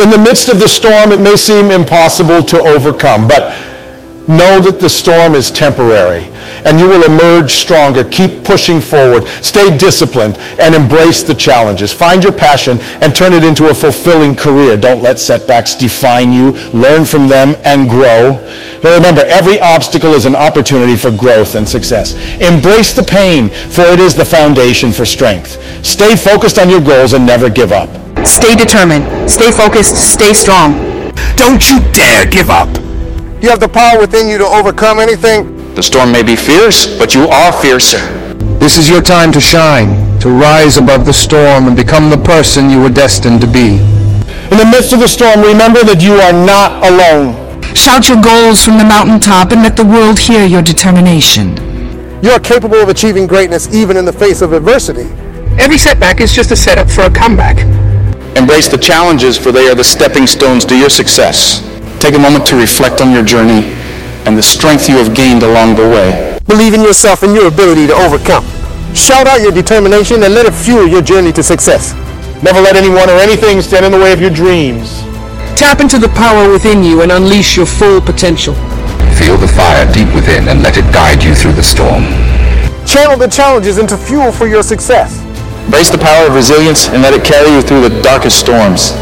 in the midst of the storm, it may seem impossible to overcome, but know that the storm is temporary and you will emerge stronger. Keep pushing forward. Stay disciplined and embrace the challenges. Find your passion and turn it into a fulfilling career. Don't let setbacks define you. Learn from them and grow. But remember, every obstacle is an opportunity for growth and success. Embrace the pain, for it is the foundation for strength. Stay focused on your goals and never give up. Stay determined, stay focused, stay strong. Don't you dare give up. You have the power within you to overcome anything. The storm may be fierce, but you are fiercer. This is your time to shine, to rise above the storm and become the person you were destined to be. In the midst of the storm, remember that you are not alone. Shout your goals from the mountaintop and let the world hear your determination. You are capable of achieving greatness even in the face of adversity. Every setback is just a setup for a comeback. Embrace the challenges, for they are the stepping stones to your success. Take a moment to reflect on your journey and the strength you have gained along the way. Believe in yourself and your ability to overcome. Shout out your determination and let it fuel your journey to success. Never let anyone or anything stand in the way of your dreams. Tap into the power within you and unleash your full potential. Feel the fire deep within and let it guide you through the storm. Channel the challenges into fuel for your success. Embrace the power of resilience and let it carry you through the darkest storms.